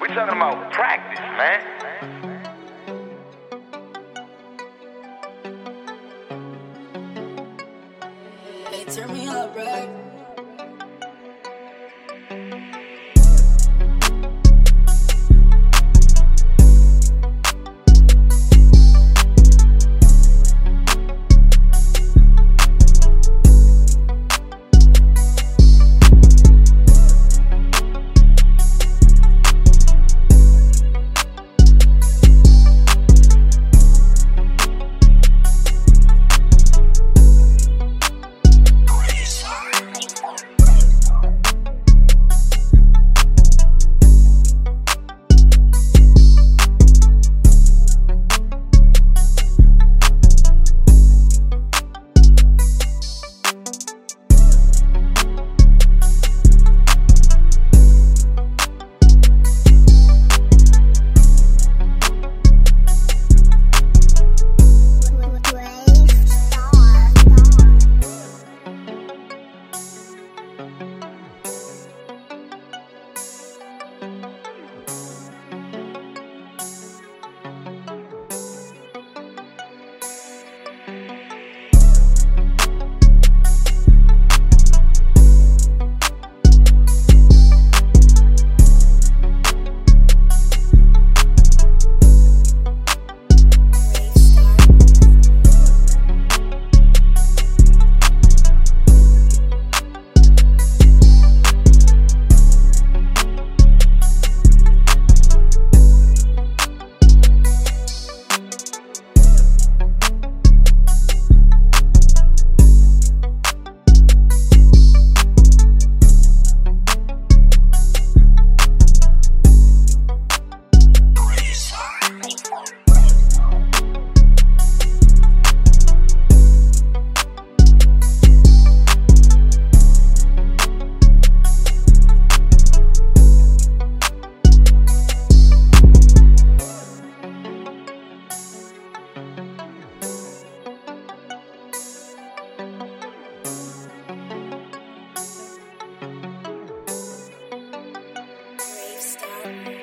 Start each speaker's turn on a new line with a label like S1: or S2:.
S1: We talking about practice, man.
S2: Hey, turn me up, right? Rave star.